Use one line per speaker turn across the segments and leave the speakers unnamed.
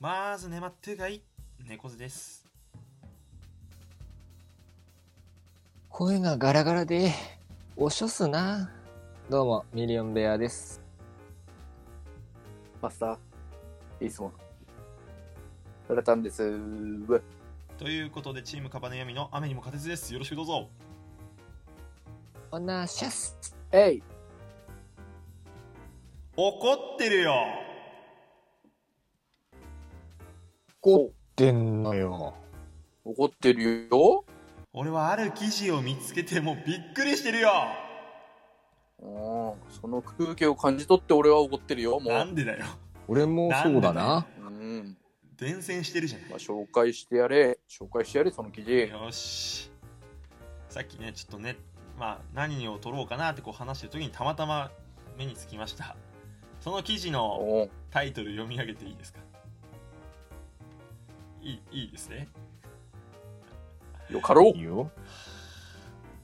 まーずねまってがい猫背です
声がガラガラで、おしょすな。どうも、ミリオンベアです。
マスター、いい質問。トラタンです。うわ
ということでチームカバネヤミの雨にも勝てずですよろしくどうぞ
おなしゃす。
えい
怒ってるよ
怒ってんのよ。
怒ってるよ
俺はある記事を見つけてもうびっくりしてるよ
うん、その空気を感じ取って俺は怒ってるよ、も
な
う。
んでだよ
俺もそう
な
だ
ん
な。
うん。
伝染してるじゃ
まあ、紹介してやれ。紹介してやれ、その記事。
んよしさっきねちょっとねまあ何を取ろうかなってこう話してる時にたまたま目につきましたその記事の
おう
タイトル読み上げていいですかいいいいですね
よかろう
いい。よ。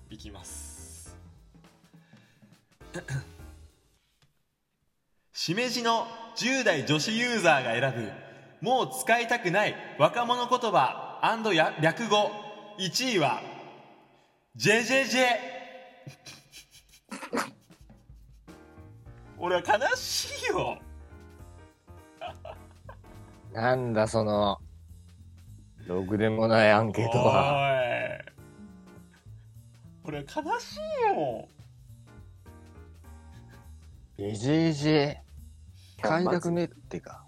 いきます。 しめじの10代女子ユーザーが選ぶ、もう使いたくない若者言葉や略語、1位は、ジェジェジェ。 俺は悲しいよ。
なんだその、ろくでもないアンケート
お
は。
い俺は悲しいよ。
えじえじえ。使いたくねってか。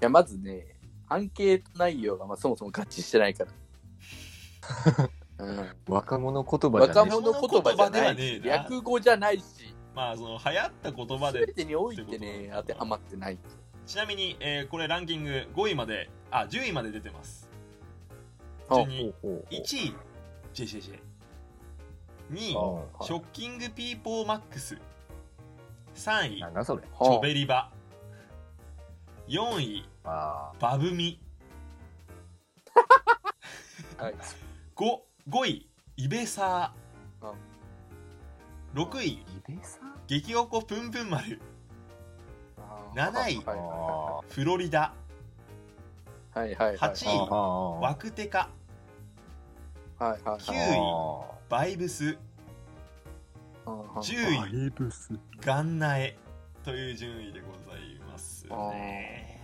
いや、まずね、アンケート内容がまあそもそも合致してな いから。うん、
若者言葉じゃ
若
ね
者言葉じ
若者言葉
ゃな
ではねえ
い。
な
略語じゃないし、
まあ、その流行った言葉で
全てにおいてね、当てはまってない。
ちなみに、えーこれランキング5位まで、あ、10位まで出てます。
あ
普通
え
に、
ほうほう
1位、JJJ。2位、
あ
ショッキングピーポーマックス。3位、チ
なんだそれ。
ョベリバ。4位、
あ
バブミ。
はい
5, 5位、イベサ
あ
ー。6位
ー、イベさん
激おこぷんぷん丸。
あ
7位
はい
あ
フロリダ。
はいはいはい。
八
ー
位
あー。
ワクテカ。
はいはい
九
はい。
位バイブス。10位、
イブス。
ガンナエという順位でございますね。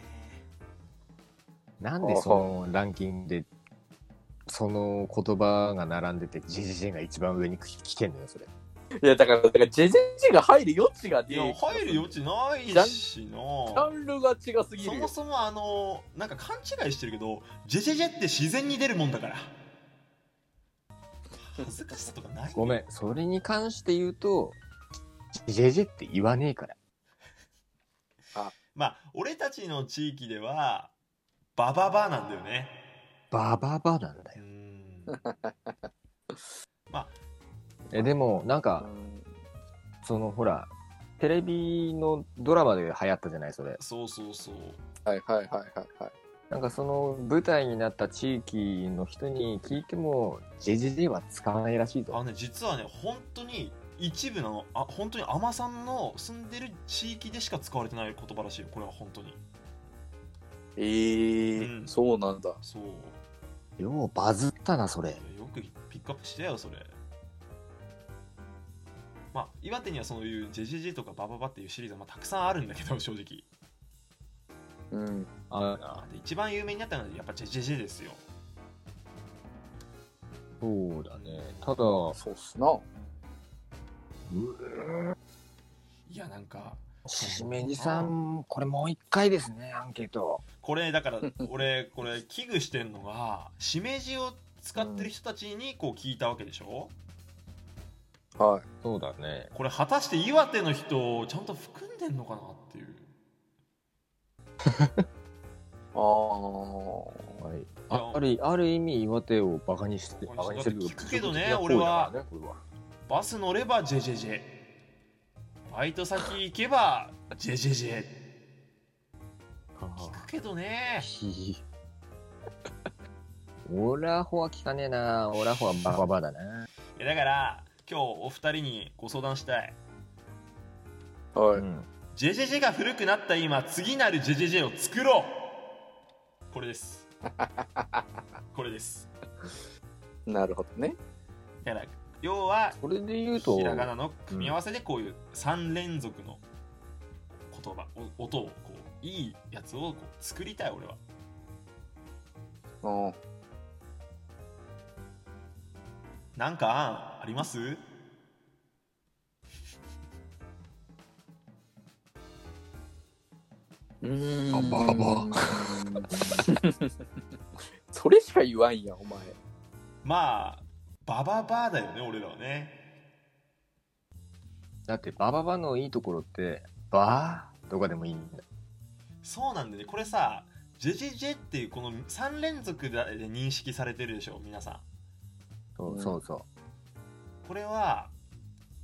なんでそのランキングでその言葉が並んでてジェジェジェが一番上に来てんのよそれ
いやだから、だからジェジェジェが入る余地が
い
ね
や、入る余地ないし
ジ
な
ャ。ンルが違すぎ
そ
る
も
よ。
そもあの、なんか勘違いしてるけど、ジェジェジェって自然に出るもんだから。恥ずかしさとかない
ごめんそれに関して言うとジェジェって言わねえから
まあ、俺たちの地域では、バババなんだよね。
バババなんだ
う
よ
ん。
えでもなんかそのほらテレビのドラマで流行ったじゃないそれ
そうそうそう。
はいはいはいはいはい。
なんかその舞台になった地域の人に聞いてもジェジェジェは使わないらしい
あ
ぞ
のね、実はね、本当に一部なの、あ本当に海女さんの住んでる地域でしか使われてない言葉らしいよ、これは本当に。
え
う
ー
ん
そうなんだ。
そう。
ようバズったなそれ
いやよくピックアップしてよ、それ。まあ、岩手にはそういうジェジェジェとかバババっていうシリーズはまあたくさんあるんだけど、正直。
うん。
あ
で一番有名になったのはやっぱジェジェジェですよ。
そうだねただ
そうっすな。
いや、なんか、
しめじさん、これもう一回ですね、アンケート。
これだから俺これ危惧してんのがしめじを使ってる人たちにこう聞いたわけでしょ、
はい。
そうだね。
これ果たして岩手の人をちゃんと含んでんのかなっていう
あー
はい、ああるある意味、岩手をバカにして、
バ
バ
カ
カ
に
に
しる
しててる
聞くけどね俺は
侮辱的な行為だからね
バス乗ればジェジェジェバイト先行けばジェジェジェ
これは
聞くけどね
ひひ オラホは聞かねえな。オラホはバババだな。
いやだから今日お二人にご相談したい
はい。
ん。
ジェジェジェが古くなった今次なるジェジェジェを作ろこれです。これです。
なるほどね。
だから、要は、
これで言うと
ひ、らがなの組み合わせでこういう3連続の言葉、お音をこう、いいやつをこう作りたい、俺は。
うん。
なんか案あります
うーん
あババ。
それしか言わんやん、お前。
まあ、バババアだよね、俺らはね。
だって、バババのいいところって、バーとかでもいいんだ。
そうなんだよね、これさ、ジェジェジェっていうこの3連続で認識されてるでしょ、皆さん。
そううんそうそ
これは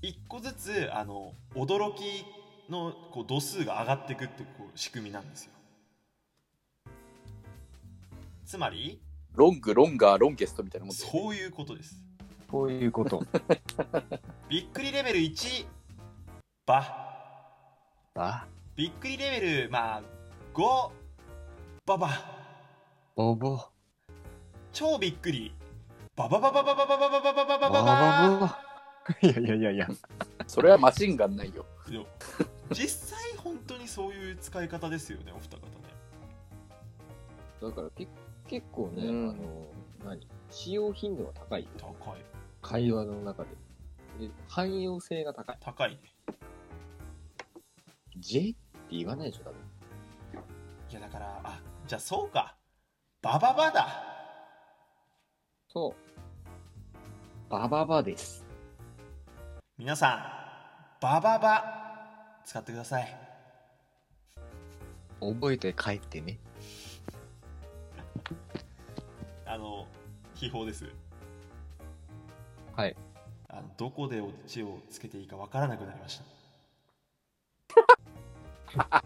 一個ずつあの驚きのこう度数が上がっていくってこう仕組みなんですよつまり
ロング、ロンガー、ロンゲストみたいなもんだよ
そういうことです
う。こういうこと。
びっくりレベル1バ
バ
びっくりレベルまあ5ババ
ボボ。
超びっくりバババババババババババババ
バ
バ
バ
バ
バ。いやいやいやいや。
それはマシンガンないよ。
いや実際本当にそういう使い方ですよねお二方ね
だからけ結構ね、
うん
あの、何使用頻度が高い。
高い
会話の中で。で汎用性が高い。
高いね
J って言わないでしょ、多分。
いやだからあじゃあそうかバババだ
そう。バババです。
皆さんバババ使ってください
覚えて帰ってね。
あの秘宝です
はい
あのどこでオチをつけていいかわからなくなりました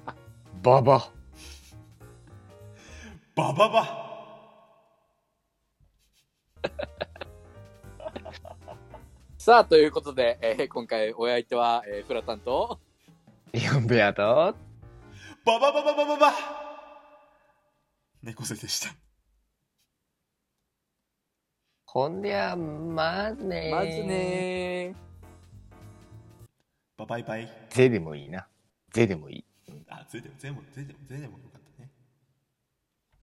ババ。
バババ
さあ、ということで、えー今回お相手は、えーフラタンと、
ヨンベアと、
バババババババ猫背でした
ほんでは、まずね
まずねー。
ババイバイ
ゼでもいいな。ゼでもいい。
あついても全部ついても全然もよかった